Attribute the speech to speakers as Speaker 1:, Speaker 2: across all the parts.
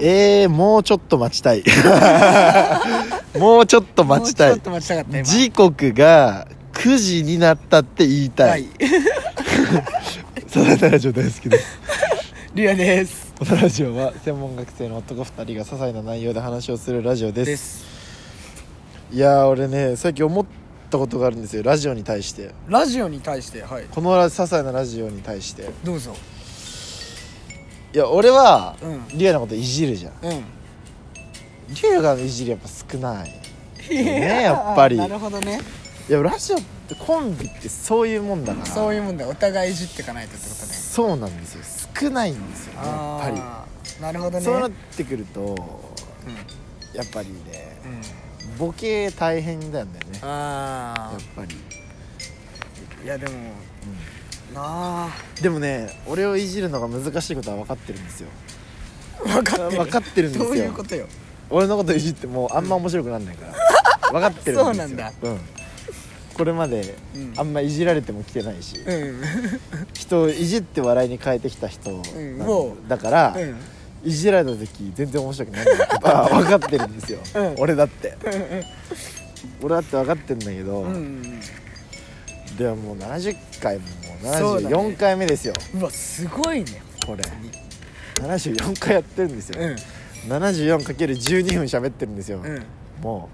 Speaker 1: えー、もうちょっと待ちたい もうちょっと待ちた
Speaker 2: もう
Speaker 1: い
Speaker 2: ちょっと待ちたかった今
Speaker 1: 時刻が9時になったって言いた
Speaker 2: はいい
Speaker 1: サザエさんラジオ大好きです
Speaker 2: リアです
Speaker 1: このラジオは専門学生の男2人が些細な内容で話をするラジオです
Speaker 2: です
Speaker 1: いやー俺ね最近思ったことがあるんですよラジオに対して
Speaker 2: ラジオに対してはい
Speaker 1: このラ些細なラジオに対して
Speaker 2: どうぞ
Speaker 1: いや俺は、
Speaker 2: うん
Speaker 1: リアのこといじるじゃん
Speaker 2: うん
Speaker 1: リアがいじりやっぱ少ないねやっぱ り
Speaker 2: なるほどね
Speaker 1: いやラジオってコンビってそういうもんだから
Speaker 2: そういうもんだよお互いいじってかないとってことね
Speaker 1: そうなんですよ少ないんですよねやっぱり
Speaker 2: あーなるほどね
Speaker 1: そうなってくるとやっぱりね
Speaker 2: うんうん
Speaker 1: ボケ大変なんだよねやっ
Speaker 2: ああ
Speaker 1: ぱり、
Speaker 2: いやでもなあ
Speaker 1: うんでもね俺をいじるのが難しいことは分かってるんです よ
Speaker 2: 分かってる
Speaker 1: 分かってるんですよ
Speaker 2: どういうことよ
Speaker 1: 俺のこといじってもうあんま面白くなんないから、 分かってるんですよ
Speaker 2: そうなんだ
Speaker 1: うんこれまで
Speaker 2: うん
Speaker 1: あんまいじられても来てないし、
Speaker 2: うん
Speaker 1: 人をいじって笑いに変えてきた人なんで、
Speaker 2: うんもう
Speaker 1: だから、
Speaker 2: うん
Speaker 1: いじられた時全然面白くないって ことは分かってるんですよ、
Speaker 2: うん
Speaker 1: 俺だって俺だって分かってんだけど、
Speaker 2: うん
Speaker 1: でももう70回ももう
Speaker 2: そうだね
Speaker 1: 74回目ですよ、
Speaker 2: うわすごいね
Speaker 1: これ74回やってるんですよ、
Speaker 2: うん
Speaker 1: 74×12 分喋ってるんですよ、
Speaker 2: うん
Speaker 1: も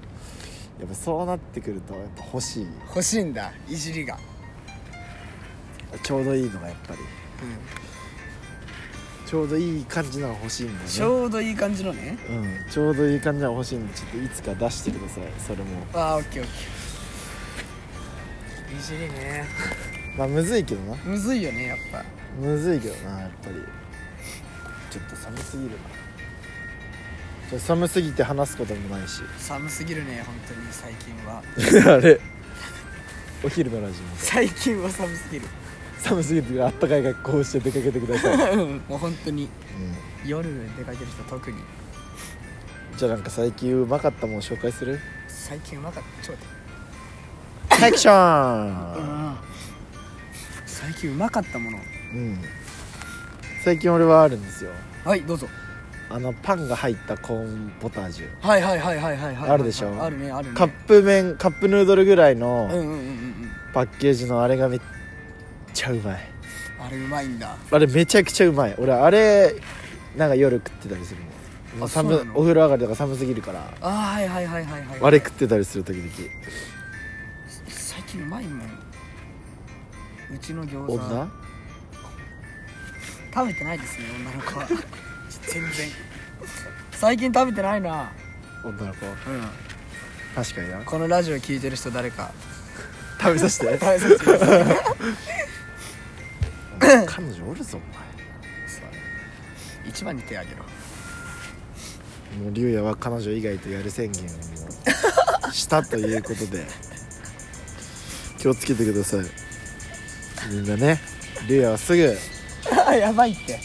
Speaker 1: うやっぱそうなってくるとやっぱ欲しい
Speaker 2: 欲しいんだいじりが
Speaker 1: ちょうどいいのがやっぱりちょうどいい感じのが欲しいんだよね
Speaker 2: ちょうどいい感じのね
Speaker 1: うん、ちょうどいい感じのが欲しいんでちょっといつか出してくださいそれも
Speaker 2: ああオッケーオッケーいじりね
Speaker 1: まあむずいけどな
Speaker 2: むずいよねやっぱ
Speaker 1: むずいけどなやっぱりちょっと寒すぎるなちょっと寒すぎて話すこともないし
Speaker 2: 寒すぎるね本当に最近は
Speaker 1: あれお昼のラジオも
Speaker 2: 最近は寒すぎる
Speaker 1: 寒すぎてあったかい格好をして出かけてくだ さい、
Speaker 2: もう本当に夜出かける人特に
Speaker 1: じゃあなんか最近うまかったもん紹介する
Speaker 2: 最近うまかったちょっと
Speaker 1: セクション
Speaker 2: 待って最近うまかったもの
Speaker 1: うん最近俺はあるんですよ
Speaker 2: はいどうぞ
Speaker 1: あのパンが入ったコーンポタージュ
Speaker 2: はいはいはいはいはいはい
Speaker 1: あるでしょ
Speaker 2: あるねあるね
Speaker 1: カップ麺カップヌードルぐらいの
Speaker 2: うんうんうんうんうん
Speaker 1: パッケージのあれがめっちゃうまい
Speaker 2: あれうまいんだ
Speaker 1: あれめちゃくちゃうまい俺あれなんか夜食ってたりするもんもう寒
Speaker 2: そうなの
Speaker 1: お風呂上がりとか寒すぎるから
Speaker 2: あーはいはいはいはいはい
Speaker 1: あれ食ってたりする時々
Speaker 2: 最近うまいもんうちの餃子
Speaker 1: 女
Speaker 2: 食べてないですね女の子は 全然最近食べてないな
Speaker 1: 女の子
Speaker 2: うん
Speaker 1: 確かにな
Speaker 2: このラジオ聞いてる人誰か
Speaker 1: 食べさせて
Speaker 2: 大切です
Speaker 1: 彼女おるぞ
Speaker 2: 一番に手あげろ
Speaker 1: お前もう竜也は彼女以外とやる宣言をもうしたということで気をつけてくださいみんなね竜也はすぐ
Speaker 2: あ やばいって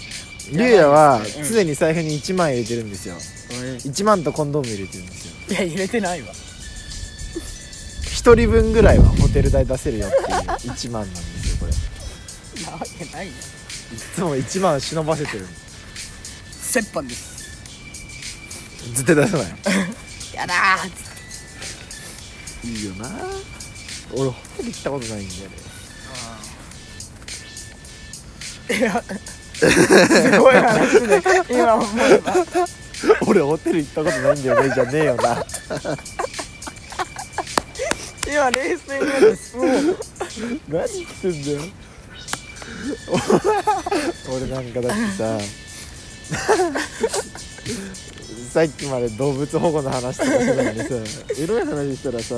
Speaker 1: 竜也は
Speaker 2: うん
Speaker 1: 常に財布に1万入れてるんですよ1万とコンドーム入れてるんですよ
Speaker 2: いや入れてないわ
Speaker 1: 1人分ぐらいはホテル代出せるよっていう1万なんですよこれい
Speaker 2: なわけないよ
Speaker 1: つも1万忍ばせてるんです
Speaker 2: 折半です
Speaker 1: 絶対出さない
Speaker 2: やだーっつって
Speaker 1: いいよな俺ホテル行ったことないんだよね
Speaker 2: いやすごい話で今思えば
Speaker 1: 俺ホテル行ったことないんだよねじゃねえよな
Speaker 2: 今冷静に言う ともう
Speaker 1: 何言ってんだよ俺なんかだってささっきまで動物保護の話とかしてたのにさエロい話したらさ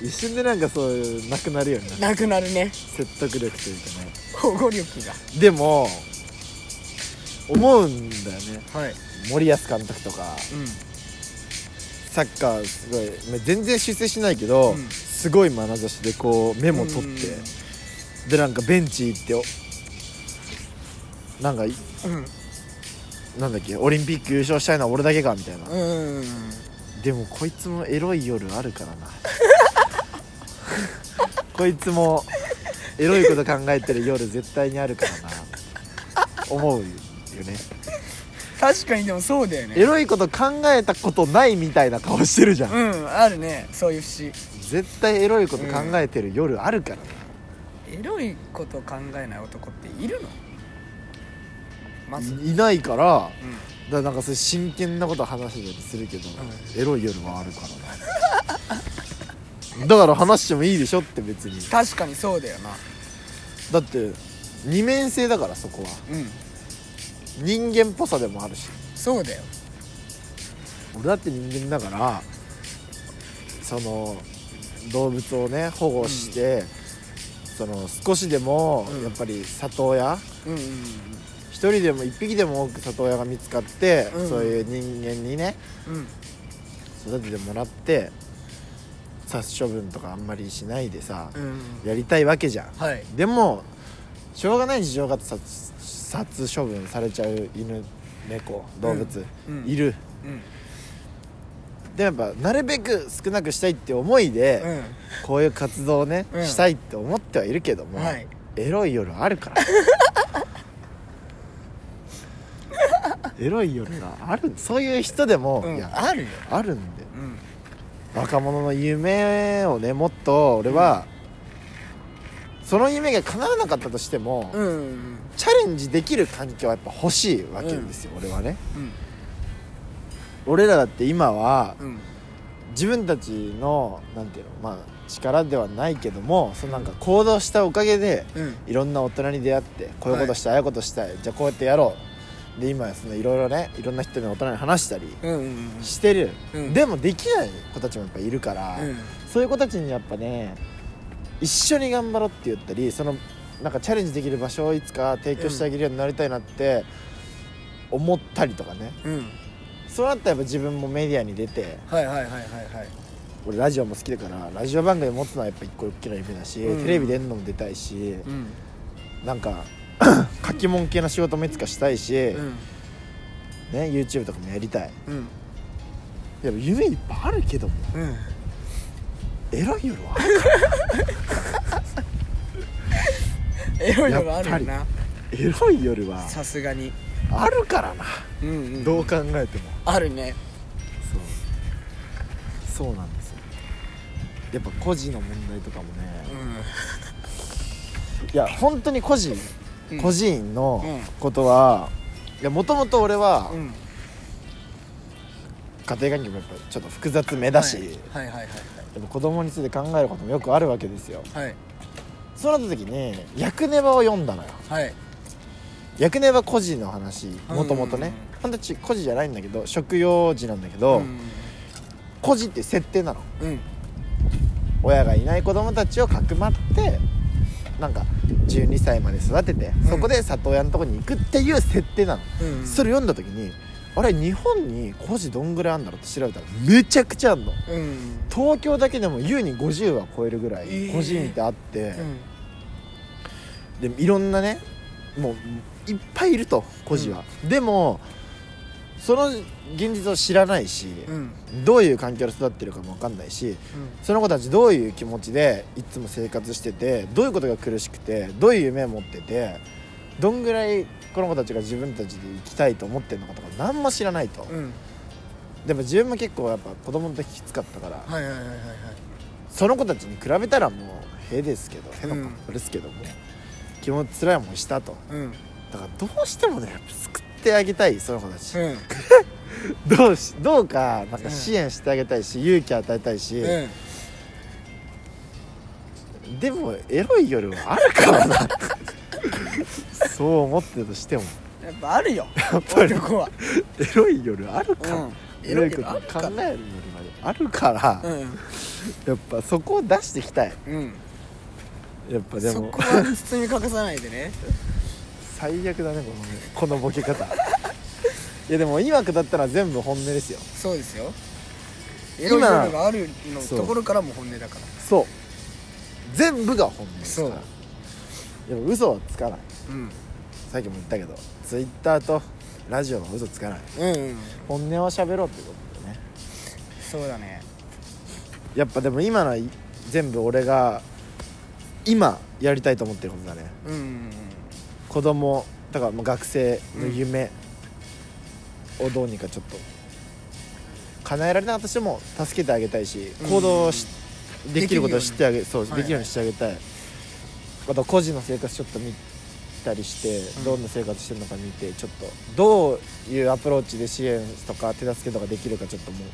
Speaker 1: 一瞬でなんかそういうなくなるよね
Speaker 2: なくなるね
Speaker 1: 説得力というかね
Speaker 2: 保護力が
Speaker 1: でも思うんだよね
Speaker 2: はい
Speaker 1: 森保監督とか
Speaker 2: うん
Speaker 1: サッカーすごいまあ全然出世しないけど、
Speaker 2: うん
Speaker 1: すごい眼差しでこうメモ取って、でなんかベンチ行っておなんかい
Speaker 2: うん
Speaker 1: なんだっけオリンピック優勝したいのは俺だけかみたいな、
Speaker 2: うんうん
Speaker 1: でもこいつもエロい夜あるから なこいつもエロいこと考えてる夜絶対にあるからな思うよね
Speaker 2: 確かにでもそうだよね
Speaker 1: エロいこと考えたことないみたいな顔してるじゃん、
Speaker 2: うんあるねそういう節
Speaker 1: 絶対エロいこと考えてる夜あるからね、
Speaker 2: エロいこと考えない男っているのまず、うん、
Speaker 1: いいないからだからなんかそれ真剣なこと話してたりするけど、エロい夜はあるからね だから話してもいいでしょって別に
Speaker 2: 確かにそうだよな
Speaker 1: だって二面性だからそこは
Speaker 2: うん
Speaker 1: 人間っぽさでもあるし
Speaker 2: そうだよ
Speaker 1: 俺だって人間だからその動物をね保護して、その少しでも
Speaker 2: うん
Speaker 1: やっぱり里親
Speaker 2: うんうんうん
Speaker 1: 一人でも一匹でも多く里親が見つかって、
Speaker 2: うん
Speaker 1: そういう人間にね
Speaker 2: うん
Speaker 1: 育ててもらって殺処分とかあんまりしないでさ、
Speaker 2: うんうん
Speaker 1: やりたいわけじゃん
Speaker 2: はい
Speaker 1: でもしょうがない事情があって殺殺処分されちゃう犬猫動物、
Speaker 2: うんうん
Speaker 1: いる
Speaker 2: うん
Speaker 1: でもやっぱなるべく少なくしたいって思いで、
Speaker 2: う
Speaker 1: こういう活動をね、
Speaker 2: うん
Speaker 1: したいって思ってはいるけども、
Speaker 2: んはい
Speaker 1: エロい夜あるから エロい夜があるそういう人でも、
Speaker 2: うん
Speaker 1: いやあ
Speaker 2: あるよ
Speaker 1: あるんで
Speaker 2: うん
Speaker 1: 若者の夢をねもっと俺は、その夢が叶わなかったとしても、
Speaker 2: うんうん
Speaker 1: チャレンジできる環境はやっぱ欲しいわけですよ、俺はね
Speaker 2: うん
Speaker 1: 俺らだって今は
Speaker 2: うん
Speaker 1: 自分たちのなんていうのまあ力ではないけどもそのなんか行動したおかげで
Speaker 2: うん
Speaker 1: いろんな大人に出会ってこういうことしたい、ああいうことしたいじゃあこうやってやろうで今そのいろいろねいろんな人に大人に話したり
Speaker 2: うんうんうん
Speaker 1: してる、
Speaker 2: うん
Speaker 1: でもできない子たちもやっぱいるから、
Speaker 2: うん
Speaker 1: そういう子たちにやっぱね一緒に頑張ろうって言ったりそのなんかチャレンジできる場所をいつか提供してあげるようになりたいなって思ったりとかね
Speaker 2: うん
Speaker 1: そうなったらやっぱ自分もメディアに出て
Speaker 2: はいはいはいはいはい
Speaker 1: 俺ラジオも好きだからラジオ番組持つのはやっぱ一個大きな夢だし、
Speaker 2: うん
Speaker 1: テレビ出るのも出たいし、
Speaker 2: うん
Speaker 1: なんか 書き物系の仕事もいつかしたいし、
Speaker 2: うん
Speaker 1: ね、YouTube とかもやりたい
Speaker 2: うん
Speaker 1: やっぱ夢いっぱいあるけども
Speaker 2: うん
Speaker 1: エロい夜 は
Speaker 2: エロいのがあるよな
Speaker 1: エロい夜は
Speaker 2: さすがに
Speaker 1: あるからな、
Speaker 2: うんうん
Speaker 1: どう考えても
Speaker 2: あるね
Speaker 1: そうそうなんですよやっぱ個人の問題とかもね、
Speaker 2: う
Speaker 1: いや本当に個人、
Speaker 2: ん
Speaker 1: 個人の
Speaker 2: うん
Speaker 1: ことは、いやもともと俺は
Speaker 2: うん
Speaker 1: 家庭環境もやっぱちょっと複雑めだし、
Speaker 2: はいはいはい
Speaker 1: やっぱ子供について考えることもよくあるわけですよ
Speaker 2: はいはい
Speaker 1: そうなった時に「役ネバ」を読んだのよ
Speaker 2: はい
Speaker 1: 役ネバ個人の話
Speaker 2: うん
Speaker 1: もともとねほんとち個人じゃないんだけど食用児なんだけど、
Speaker 2: うん
Speaker 1: 孤児っていう設定なの
Speaker 2: うん
Speaker 1: 親がいない子供たちをかくまってなんか12歳まで育てて
Speaker 2: ん
Speaker 1: そこで里親のとこに行くっていう設定なの、
Speaker 2: うん
Speaker 1: それ読んだ時にあれ日本に孤児どんぐらいあんだろうって調べたらめちゃくちゃあんの
Speaker 2: うん
Speaker 1: 東京だけでも優に50は超えるぐらい
Speaker 2: えー
Speaker 1: 孤児院ってあって、
Speaker 2: うん
Speaker 1: でいろんなねもういっぱいいると孤児は、でもその現実を知らないし、
Speaker 2: うん
Speaker 1: どういう環境で育ってるかも分かんないしその子たちどういう気持ちでいつも生活しててどういうことが苦しくてどういう夢を持っててどんぐらいこの子たちが自分たちで生きたいと思ってるのかとか何も知らないと、
Speaker 2: うん
Speaker 1: でも自分も結構やっぱ子供の時きつかったから、
Speaker 2: はいはいはいはいはい
Speaker 1: その子たちに比べたらもうへですけどへの
Speaker 2: うん
Speaker 1: 子ですけども、気持ち辛い思いしたと。
Speaker 2: うん
Speaker 1: だからどうしてもねやっぱ救ってあげたいその子たち、
Speaker 2: うん
Speaker 1: どうしどうかなん
Speaker 2: う
Speaker 1: か
Speaker 2: ん
Speaker 1: 支援してあげたいし、勇気与えたいし、
Speaker 2: うん
Speaker 1: でもエロい夜はあるからな そう思ってたとしても
Speaker 2: やっぱあるよ
Speaker 1: ぱり
Speaker 2: 男は
Speaker 1: エロい夜あるから、
Speaker 2: うん
Speaker 1: エ
Speaker 2: エ
Speaker 1: ロ
Speaker 2: ロ
Speaker 1: い
Speaker 2: い
Speaker 1: こと
Speaker 2: 夜あるから
Speaker 1: 考える夜まであるから、
Speaker 2: うん
Speaker 1: やっぱそこを出していきたい
Speaker 2: うん
Speaker 1: やっぱで
Speaker 2: そ
Speaker 1: も
Speaker 2: こは包み隠さないでね
Speaker 1: 最悪だねこのこのボケ方 いやでも今だったら全部本音ですよ
Speaker 2: そうですよ
Speaker 1: 今
Speaker 2: エロい夜があるの
Speaker 1: そう
Speaker 2: ところからも本音だから
Speaker 1: そう全部が本音ですから
Speaker 2: そう
Speaker 1: でも嘘はつかない
Speaker 2: うん
Speaker 1: さっきも言ったけどツイッターとラジオは嘘つかない
Speaker 2: うんうん
Speaker 1: 本音を喋ろうってことだよね
Speaker 2: そうだね
Speaker 1: やっぱでも今のはい全部俺が今やりたいと思ってることだね
Speaker 2: うんうん
Speaker 1: 子供だからもう学生の夢をどうにかちょっと叶えられなかったとしても助けてあげたいし行動をしできることを知ってあげそう、
Speaker 2: はいはい
Speaker 1: できるようにしてあげたいあと個人の生活ちょっと見たりして、
Speaker 2: うん
Speaker 1: どんな生活してるのか見てちょっとどういうアプローチで支援とか手助けとかできるかちょっともう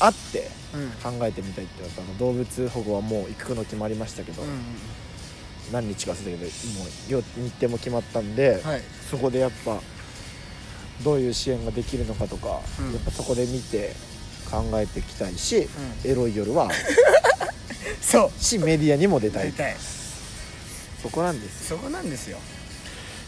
Speaker 1: あって
Speaker 2: うん
Speaker 1: 考えてみたいって言われたの動物保護はもう行くの決まりましたけど、
Speaker 2: うん
Speaker 1: 何日か忘れたけどもうよ日程も決まったんで、
Speaker 2: はい
Speaker 1: そこでやっぱどういう支援ができるのかとか、
Speaker 2: うん
Speaker 1: やっぱそこで見て考えていきたいし、エロい夜 は
Speaker 2: そう
Speaker 1: しメディアにも出た
Speaker 2: 大
Speaker 1: い
Speaker 2: 体
Speaker 1: そこなんです
Speaker 2: そこなんですよ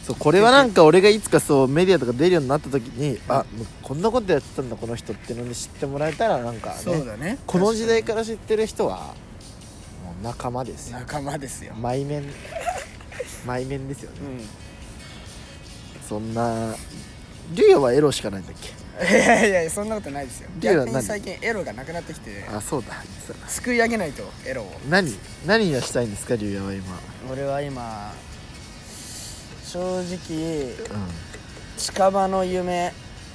Speaker 1: そうこれはなんか俺がいつかそうメディアとか出るようになった時にあもうこんなことやってたんだこの人っていうので知ってもらえたらなんか
Speaker 2: そう
Speaker 1: ね
Speaker 2: だね
Speaker 1: この時代からら知ってる人はもう仲間ですよ
Speaker 2: 仲間ですよ
Speaker 1: 毎面毎面ですよね、
Speaker 2: うん
Speaker 1: そんな竜也はエロしかないんだっけ
Speaker 2: いやいやいやそんなことないですよ
Speaker 1: リュウは
Speaker 2: 逆
Speaker 1: 何
Speaker 2: に最近エロがなくなってきて
Speaker 1: あそうだそうだ
Speaker 2: すくい上げないとエロを
Speaker 1: 何何がしたいんですか竜也は今
Speaker 2: 俺は今正直
Speaker 1: うん
Speaker 2: 近場の夢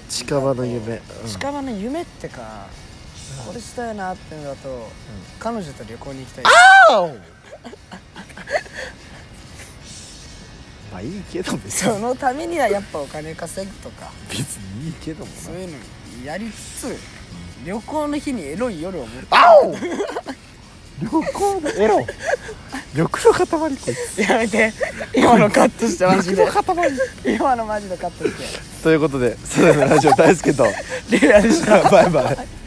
Speaker 1: 近場の夢、うん
Speaker 2: 近場の夢ってかこれしたいなっていうのだと彼女と旅行に行きたい
Speaker 1: あおまあいいけど別
Speaker 2: そ
Speaker 1: に
Speaker 2: のためにはやっぱお金稼ぐとか
Speaker 1: 別にいいけどもな
Speaker 2: そういうのやりつつ旅行の日にエロい夜を持って
Speaker 1: あお旅行のエロ欲の塊こいつ
Speaker 2: やめて今のカットしてマジで 今のマジでカットして
Speaker 1: ということで「そうだよねラジオ大好きと」
Speaker 2: リュウヤでした
Speaker 1: バイバイ